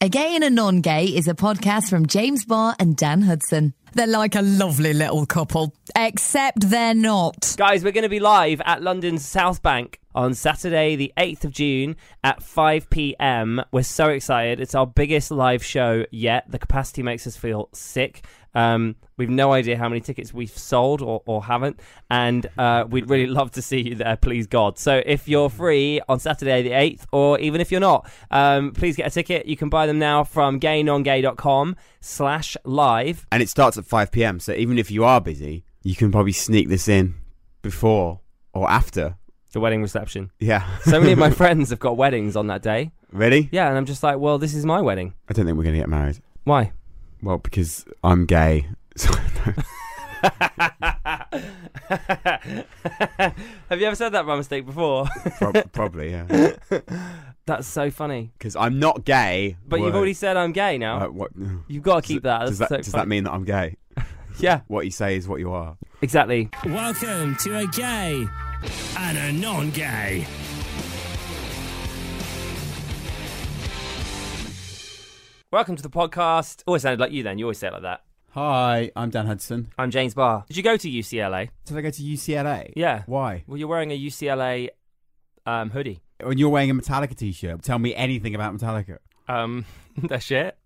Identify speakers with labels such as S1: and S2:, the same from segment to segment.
S1: A Gay and a Non Gay is a podcast from James Barr and Dan Hudson. They're like a lovely little couple, except they're not.
S2: Guys, we're going to be live at London's South Bank on Saturday, the 8th of June at 5 p.m. We're so excited. It's our biggest live show yet. The capacity makes us feel sick. Um, we've no idea how many tickets we've sold or, or haven't, and uh, we'd really love to see you there, please God. So if you're free on Saturday the 8th, or even if you're not, um, please get a ticket. You can buy them now from gaynongay.com slash live.
S3: And it starts at 5 p.m. So even if you are busy, you can probably sneak this in before or after.
S2: The wedding reception.
S3: Yeah.
S2: So many of my friends have got weddings on that day.
S3: Ready?
S2: Yeah, and I'm just like, well, this is my wedding.
S3: I don't think we're going to get married.
S2: Why?
S3: Well, because I'm gay. So,
S2: Have you ever said that by mistake before?
S3: prob- probably, yeah.
S2: That's so funny.
S3: Because I'm not gay.
S2: But you've
S3: Word.
S2: already said I'm gay now.
S3: Uh, what?
S2: You've got to keep that.
S3: Does, that,
S2: That's so
S3: does
S2: funny.
S3: that mean that I'm gay?
S2: Yeah,
S3: What you say is what you are.
S2: exactly.
S4: Welcome to a gay and a non gay.
S2: Welcome to the podcast. Always sounded like you then. You always say it like that.
S3: Hi, I'm Dan Hudson.
S2: I'm James Barr. Did you go to UCLA?
S3: Did I go to UCLA?
S2: Yeah.
S3: Why?
S2: Well, you're wearing a UCLA um, hoodie.
S3: When you're wearing a Metallica t-shirt, tell me anything about Metallica.
S2: Um, that shit.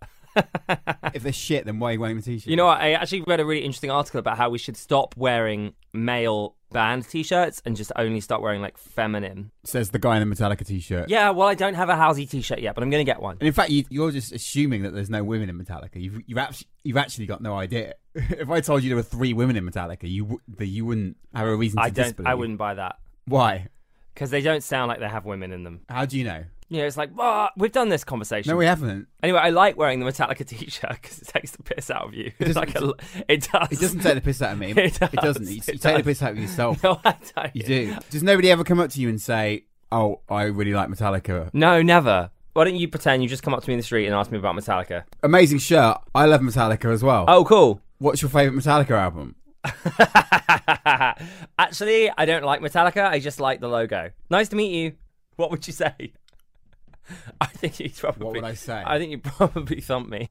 S3: if they're shit, then why are you wearing a t-shirt?
S2: You know, what? I actually read a really interesting article about how we should stop wearing male band t-shirts and just only start wearing like feminine.
S3: Says the guy in the Metallica t-shirt.
S2: Yeah, well, I don't have a Halsey t-shirt yet, but I'm gonna get one.
S3: And in fact, you, you're just assuming that there's no women in Metallica. You've you've actually, you've actually got no idea. if I told you there were three women in Metallica, you w- that you wouldn't have a reason to
S2: I don't. I
S3: disbelieve.
S2: wouldn't buy that
S3: Why?
S2: because they don't sound like they have women in them.
S3: How do you know?
S2: You know, it's like, "Bah, we've done this conversation.
S3: No, we haven't.
S2: Anyway, I like wearing the Metallica t-shirt because it takes the piss out of you. It's like
S3: doesn't-
S2: a, it does.
S3: It doesn't take the piss out of me.
S2: It does.
S3: not You,
S2: It
S3: you take the
S2: does.
S3: piss out of yourself.
S2: No, I don't.
S3: You do. Does nobody ever come up to you and say, "Oh, I really like Metallica.
S2: No, never. Why don't you pretend you just come up to me in the street and ask me about Metallica?
S3: Amazing shirt. I love Metallica as well.
S2: Oh, cool.
S3: What's your favorite Metallica album?
S2: Actually, I don't like Metallica. I just like the logo. Nice to meet you. What would you say? I think you probably.
S3: What would I say?
S2: I think you probably thump me.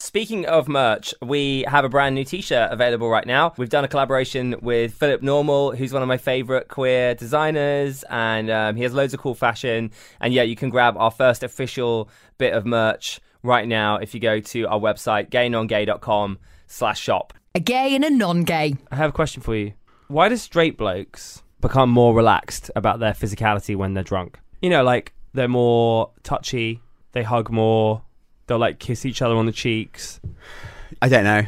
S2: Speaking of merch, we have a brand new t-shirt available right now. We've done a collaboration with Philip Normal, who's one of my favorite queer designers, and um, he has loads of cool fashion. And yeah, you can grab our first official bit of merch right now if you go to our website, gaynongay.com slash shop.
S1: A gay and a non gay.
S2: I have a question for you. Why do straight blokes become more relaxed about their physicality when they're drunk? You know, like they're more touchy, they hug more, they'll like kiss each other on the cheeks.
S3: I don't know.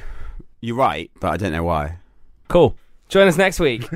S3: You're right, but I don't know why.
S2: Cool. Join us next week.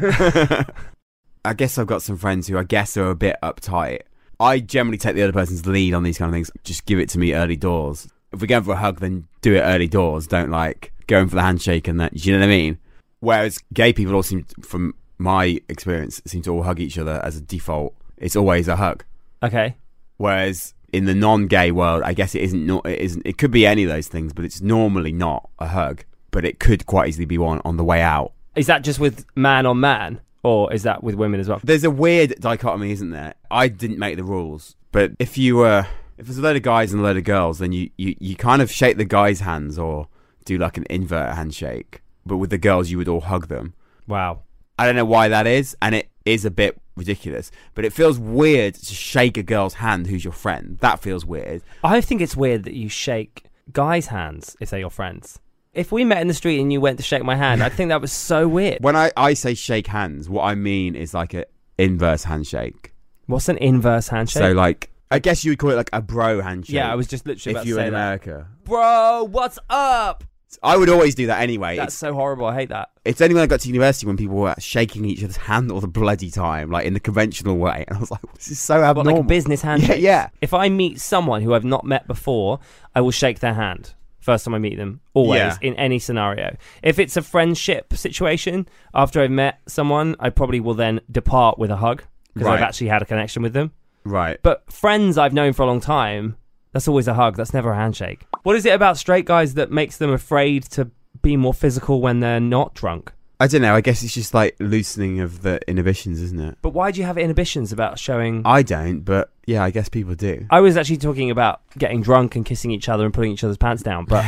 S3: I guess I've got some friends who I guess are a bit uptight. I generally take the other person's lead on these kind of things. Just give it to me early doors. If we're going for a hug, then do it early doors. Don't like going for the handshake and that. You know what I mean? Whereas gay people all seem, from my experience, seem to all hug each other as a default. It's always a hug.
S2: okay.
S3: Whereas in the non-gay world, I guess it isn't. Not, it isn't. It could be any of those things, but it's normally not a hug. But it could quite easily be one on the way out.
S2: Is that just with man on man? Or is that with women as well?
S3: There's a weird dichotomy, isn't there? I didn't make the rules, but if you were, if there's a load of guys and a load of girls, then you you, you kind of shake the guys' hands or do like an invert handshake. But with the girls, you would all hug them.
S2: Wow.
S3: I don't know why that is, and it is a bit ridiculous. But it feels weird to shake a girl's hand who's your friend. That feels weird.
S2: I think it's weird that you shake guys' hands if they're your friends. If we met in the street and you went to shake my hand, I think that was so weird.
S3: When I, I say shake hands, what I mean is like a inverse handshake.
S2: What's an inverse handshake?
S3: So like, I guess you would call it like a bro handshake.
S2: yeah, I was just literally about
S3: if
S2: to
S3: you were
S2: say
S3: in
S2: that.
S3: America,
S2: Bro, what's up?
S3: I would always do that anyway.
S2: That's
S3: It's,
S2: so horrible. I hate that.
S3: it's only when I got to university when people were shaking each other's hand all the bloody time, like in the conventional way, and I was like, this is so
S2: But
S3: abnormal.
S2: like a business handshake.
S3: yeah.
S2: If I meet someone who I've not met before, I will shake their hand first time I meet them. Always
S3: Yeah.
S2: in any scenario. If it's a friendship situation, after I've met someone, I probably will then depart with a hug because I've
S3: Right.
S2: actually had a connection with them.
S3: right.
S2: But friends I've known for a long time, that's always a hug. That's never a handshake. What is it about straight guys that makes them afraid to be more physical when they're not drunk?
S3: I don't know. I guess it's just like loosening of the inhibitions, isn't it?
S2: But why do you have inhibitions about showing?
S3: I don't, but yeah, I guess people do.
S2: I was actually talking about getting drunk and kissing each other and pulling each other's pants down, but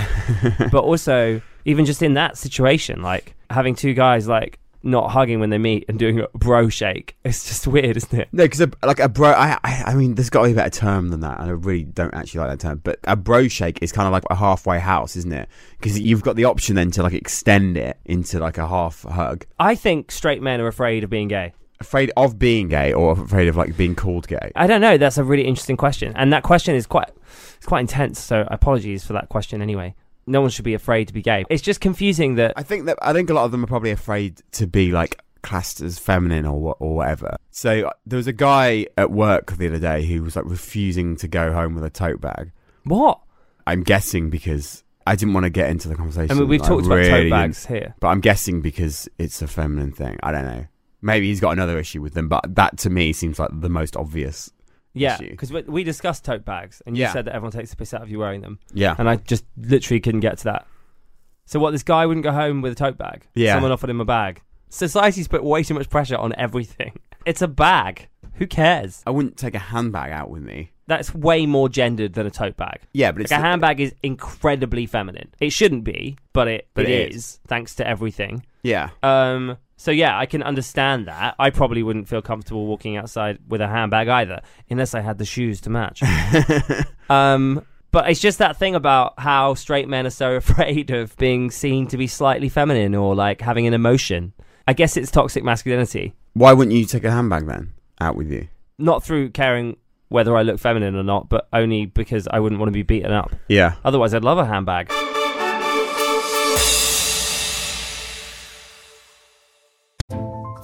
S2: but also even just in that situation, like having two guys like not hugging when they meet and doing a bro shake, it's just weird, isn't it?
S3: No, because like a bro, I, I, I mean, there's got to be a better term than that, and I really don't actually like that term. But a bro shake is kind of like a halfway house, isn't it? Because you've got the option then to like extend it into like a half hug.
S2: I think straight men are afraid of being gay.
S3: Afraid of being gay or afraid of like being called gay?
S2: I don't know. That's a really interesting question, and that question is quite it's quite intense. So apologies for that question anyway. No one should be afraid to be gay. It's just confusing that
S3: I think that I think a lot of them are probably afraid to be like classed as feminine or what or whatever. So uh, there was a guy at work the other day who was like refusing to go home with a tote bag.
S2: what
S3: I'm guessing because I didn't want to get into the conversation.
S2: I mean. We've
S3: I
S2: talked about
S3: really
S2: tote
S3: didn't.
S2: bags here.
S3: but I'm guessing because it's a feminine thing. I don't know. Maybe he's got another issue with them, but that to me seems like the most obvious.
S2: Yeah,
S3: issue.
S2: because we, we discussed tote bags, and you
S3: Yeah.
S2: said that everyone takes the piss out of you wearing them.
S3: Yeah,
S2: and I just literally couldn't get to that. So what? This guy wouldn't go home with a tote bag.
S3: Yeah.
S2: Someone offered him a bag. Society's put way too much pressure on everything. It's a bag. Who cares?
S3: I wouldn't take a handbag out with me.
S2: That's way more gendered than a tote bag.
S3: Yeah, but
S2: Like
S3: it's
S2: a handbag is incredibly feminine. It shouldn't be, but it
S3: But
S2: it
S3: it
S2: is,
S3: is.
S2: thanks to everything.
S3: Yeah,
S2: Um. So yeah, I can understand that. I probably wouldn't feel comfortable walking outside with a handbag either, unless I had the shoes to match. Um, but it's just that thing about how straight men are so afraid of being seen to be slightly feminine or like having an emotion. I guess it's toxic masculinity,
S3: why wouldn't you take a handbag then out with you?
S2: not through caring whether I look feminine or not, but only because I wouldn't want to be beaten up.
S3: Yeah,
S2: Otherwise, I'd love a handbag.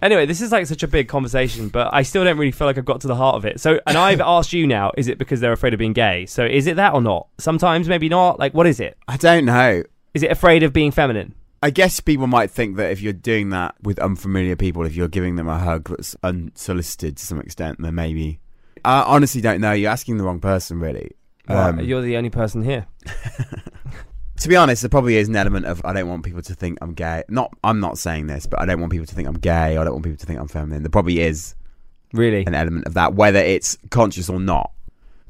S2: Anyway, this is like such a big conversation, but I still don't really feel like I've got to the heart of it. So, and I've asked you now, is it because they're afraid of being gay? So, is it that or not? Sometimes, maybe not. Like, what is it?
S3: I don't know.
S2: Is it afraid of being feminine?
S3: I guess people might think that if you're doing that with unfamiliar people, if you're giving them a hug that's unsolicited to some extent, then maybe. I honestly don't know. You're asking the wrong person, really. Um,
S2: Well, you're the only person here.
S3: to be honest, there probably is an element of I don't want people to think I'm gay. Not I'm not saying this, but I don't want people to think I'm gay. I don't want people to think I'm feminine. There probably is
S2: Really?
S3: an element of that, whether it's conscious or not.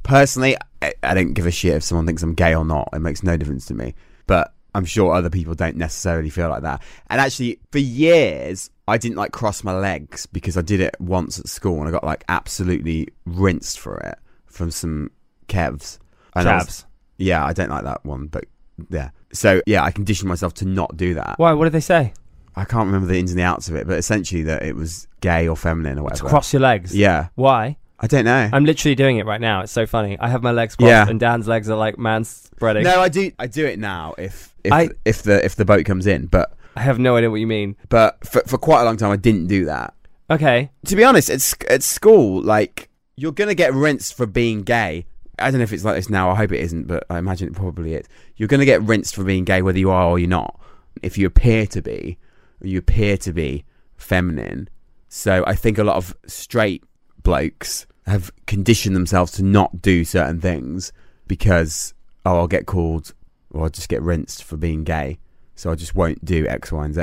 S3: Personally, I, I don't give a shit if someone thinks I'm gay or not. It makes no difference to me. But I'm sure other people don't necessarily feel like that. And actually, for years, I didn't like cross my legs because I did it once at school and I got like absolutely rinsed for it from some kevs. And I was-
S2: Chavs.
S3: yeah, I don't like that one, but yeah. So yeah, I conditioned myself to not do that.
S2: Why? What did they say?
S3: I can't remember the ins and the outs of it, but essentially that it was gay or feminine or whatever.
S2: To cross your legs.
S3: Yeah,
S2: Why?
S3: I don't know.
S2: I'm literally doing it right now. It's so funny. I have my legs crossed
S3: Yeah.
S2: and Dan's legs are like man spreading.
S3: no, I do. I do it now if if,
S2: I-
S3: if the if the boat comes in, but
S2: I have no idea what you mean.
S3: but for, for quite a long time I didn't do that.
S2: Okay.
S3: To be honest, it's at school like you're gonna get rinsed for being gay. I don't know if it's like this now. I hope it isn't, but I imagine it probably is. You're gonna get rinsed for being gay whether you are or you're not. If you appear to be, you appear to be feminine. So I think a lot of straight blokes have conditioned themselves to not do certain things because oh I'll get called or I'll just get rinsed for being gay, so I just won't do X, Y, and Z.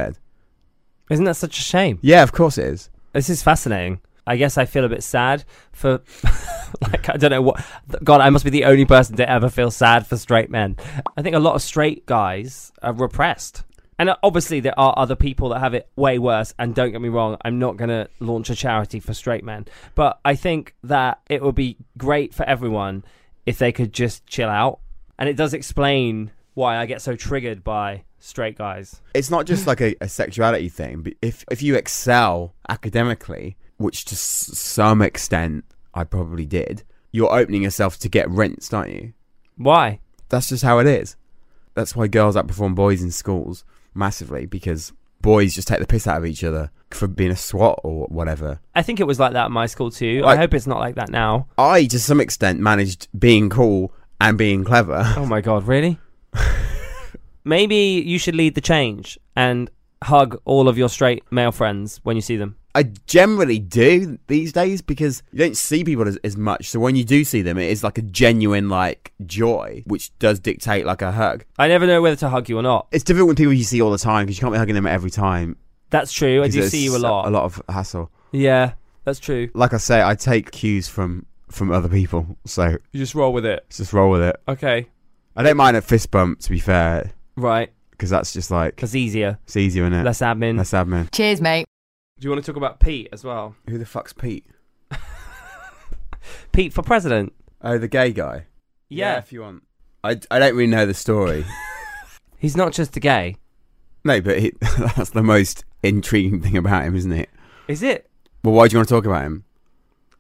S2: Isn't that such a shame?
S3: Yeah, of course it is.
S2: This is fascinating. I guess I feel a bit sad for, like, I don't know what. God, I must be the only person to ever feel sad for straight men. I think a lot of straight guys are repressed. And uh, obviously, there are other people that have it way worse. And don't get me wrong, I'm not going to launch a charity for straight men. But I think that it would be great for everyone if they could just chill out. And it does explain why I get so triggered by straight guys.
S3: It's not just like a, a sexuality thing. But if if you excel academically, which to s- some extent I probably did, you're opening yourself to get rinsed, aren't you?
S2: Why?
S3: That's just how it is. That's why girls outperform boys in schools massively because boys just take the piss out of each other for being a swat or whatever.
S2: I think it was like that at my school too. I
S3: Like-
S2: hope it's not like that now.
S3: I, to some extent, managed being cool and being clever.
S2: Oh my god, really? Maybe you should lead the change and hug all of your straight male friends when you see them.
S3: I generally do these days because you don't see people as, as much. So when you do see them, it is like a genuine like joy, which does dictate like a hug.
S2: I never know whether to hug you or not.
S3: It's different with people you see all the time because you can't be hugging them every time.
S2: That's true. I
S3: 'cause
S2: do
S3: it's
S2: see you a lot.
S3: A lot of hassle.
S2: Yeah, that's true.
S3: Like I say, I take cues from from other people, so
S2: You just roll with it.
S3: let's just roll with it.
S2: Okay.
S3: I don't mind a fist bump, to be fair,
S2: Right.
S3: because that's just like
S2: That's easier.
S3: it's easier, innit?
S2: Less admin.
S3: Less admin.
S1: Cheers, mate.
S2: Do you want to talk about Pete as well?
S3: Who the fuck's Pete?
S2: Pete for president.
S3: Oh, the gay guy.
S2: Yeah.
S3: if you want. I, I don't really know the story.
S2: He's not just a gay.
S3: no, but he, that's the most intriguing thing about him, isn't it?
S2: Is it?
S3: Well, why do you want to talk about him?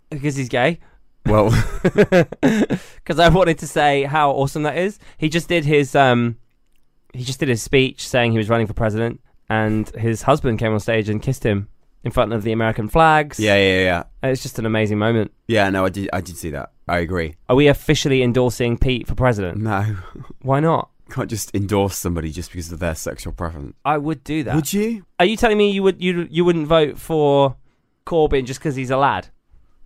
S2: Because he's gay.
S3: Well,
S2: because I wanted to say how awesome that is. He just did his um, he just did his speech saying he was running for president, and his husband came on stage and kissed him in front of the American flags.
S3: yeah, yeah, yeah.
S2: and it's just an amazing moment.
S3: Yeah, no, I did, I did see that. I agree.
S2: Are we officially endorsing Pete for president?
S3: No,
S2: Why not?
S3: can't just endorse somebody just because of their sexual preference.
S2: I would do that.
S3: Would you?
S2: Are you telling me you would you you wouldn't vote for Corbyn just because he's a lad?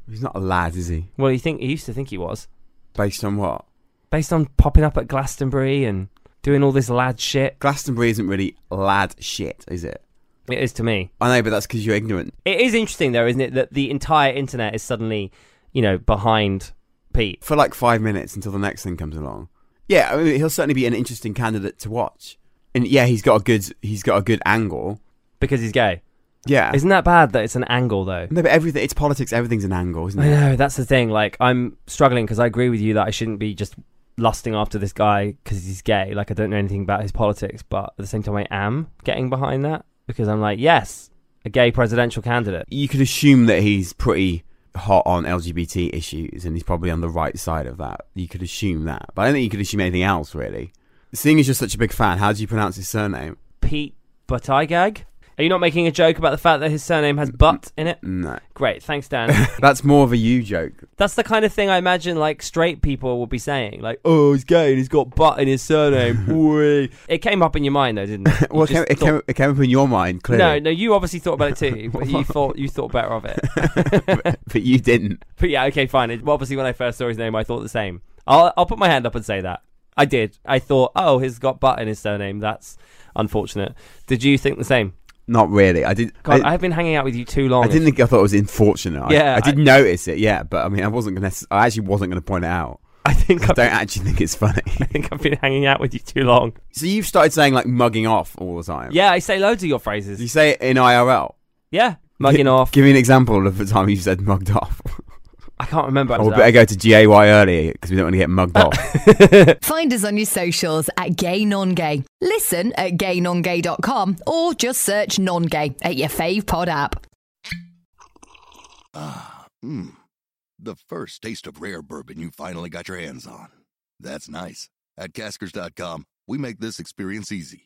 S3: He's not a lad, is he?
S2: Well, you think he used to think he was
S3: Based on what?
S2: based on popping up at Glastonbury and doing all this lad shit.
S3: Glastonbury isn't really lad shit, is it?
S2: It is to me.
S3: I know, but that's because you're ignorant.
S2: It is interesting, though, isn't it, that the entire internet is suddenly, you know, behind Pete.
S3: for like five minutes until the next thing comes along. Yeah, I mean, he'll certainly be an interesting candidate to watch. And yeah, he's got a good he's got a good angle.
S2: because he's gay.
S3: Yeah,
S2: Isn't that bad that it's an angle, though?
S3: no, but everything it's politics. Everything's an angle, isn't
S2: I
S3: it?
S2: know, that's the thing. Like, I'm struggling because I agree with you that I shouldn't be just lusting after this guy because he's gay. Like, I don't know anything about his politics, but at the same time, I am getting behind that because I'm like, yes, a gay presidential candidate.
S3: You could assume that he's pretty hot on LGBT issues, and he's probably on the right side of that. You could assume that, but I don't think you could assume anything else really. Seeing as you're such a big fan, how do you pronounce his surname?
S2: Pete Buttigieg? Are you not making a joke about the fact that his surname has butt in it?
S3: No,
S2: Great, thanks, Dan.
S3: that's more of a you joke.
S2: That's the kind of thing I imagine like straight people will be saying, like, "Oh, he's gay and he's got butt in his surname." Wee. It came up in your mind though, didn't it? You
S3: Well, it
S2: just
S3: came, it,
S2: thought-
S3: came, it came up in your mind clearly.
S2: no, no, you obviously thought about it too, but you thought you thought better of it.
S3: but, but you didn't.
S2: But yeah, okay, fine. It, obviously, when I first saw his name, I thought the same. I'll I'll put my hand up and say that I did. I thought, oh, he's got butt in his surname. That's unfortunate. Did you think the same?
S3: Not really. I did.
S2: God,
S3: I-
S2: I, have been hanging out with you too long.
S3: I didn't think I thought it was unfortunate. I-
S2: Yeah,
S3: I, did notice it. Yeah, but I mean, I wasn't gonna. I actually wasn't gonna point it out.
S2: I think
S3: I
S2: I've,
S3: don't actually think it's funny.
S2: I think I've been hanging out with you too long.
S3: so you've started saying like mugging off all the time.
S2: Yeah, I say loads of your
S3: You
S2: phrases.
S3: say it in IRL.
S2: Yeah, mugging
S3: Gi-
S2: off.
S3: Give me an example of the time you said mugged off.
S2: I can't remember.
S3: or we better go to GAY earlier because we don't want to get mugged off.
S1: Find us on your socials at Gay Non Gay. Listen at gaynongay.com or just search Non Gay at your fave pod app.
S5: Ah, mmm. The first taste of rare bourbon you finally got your hands on. That's nice. At Caskers.com, we make this experience easy.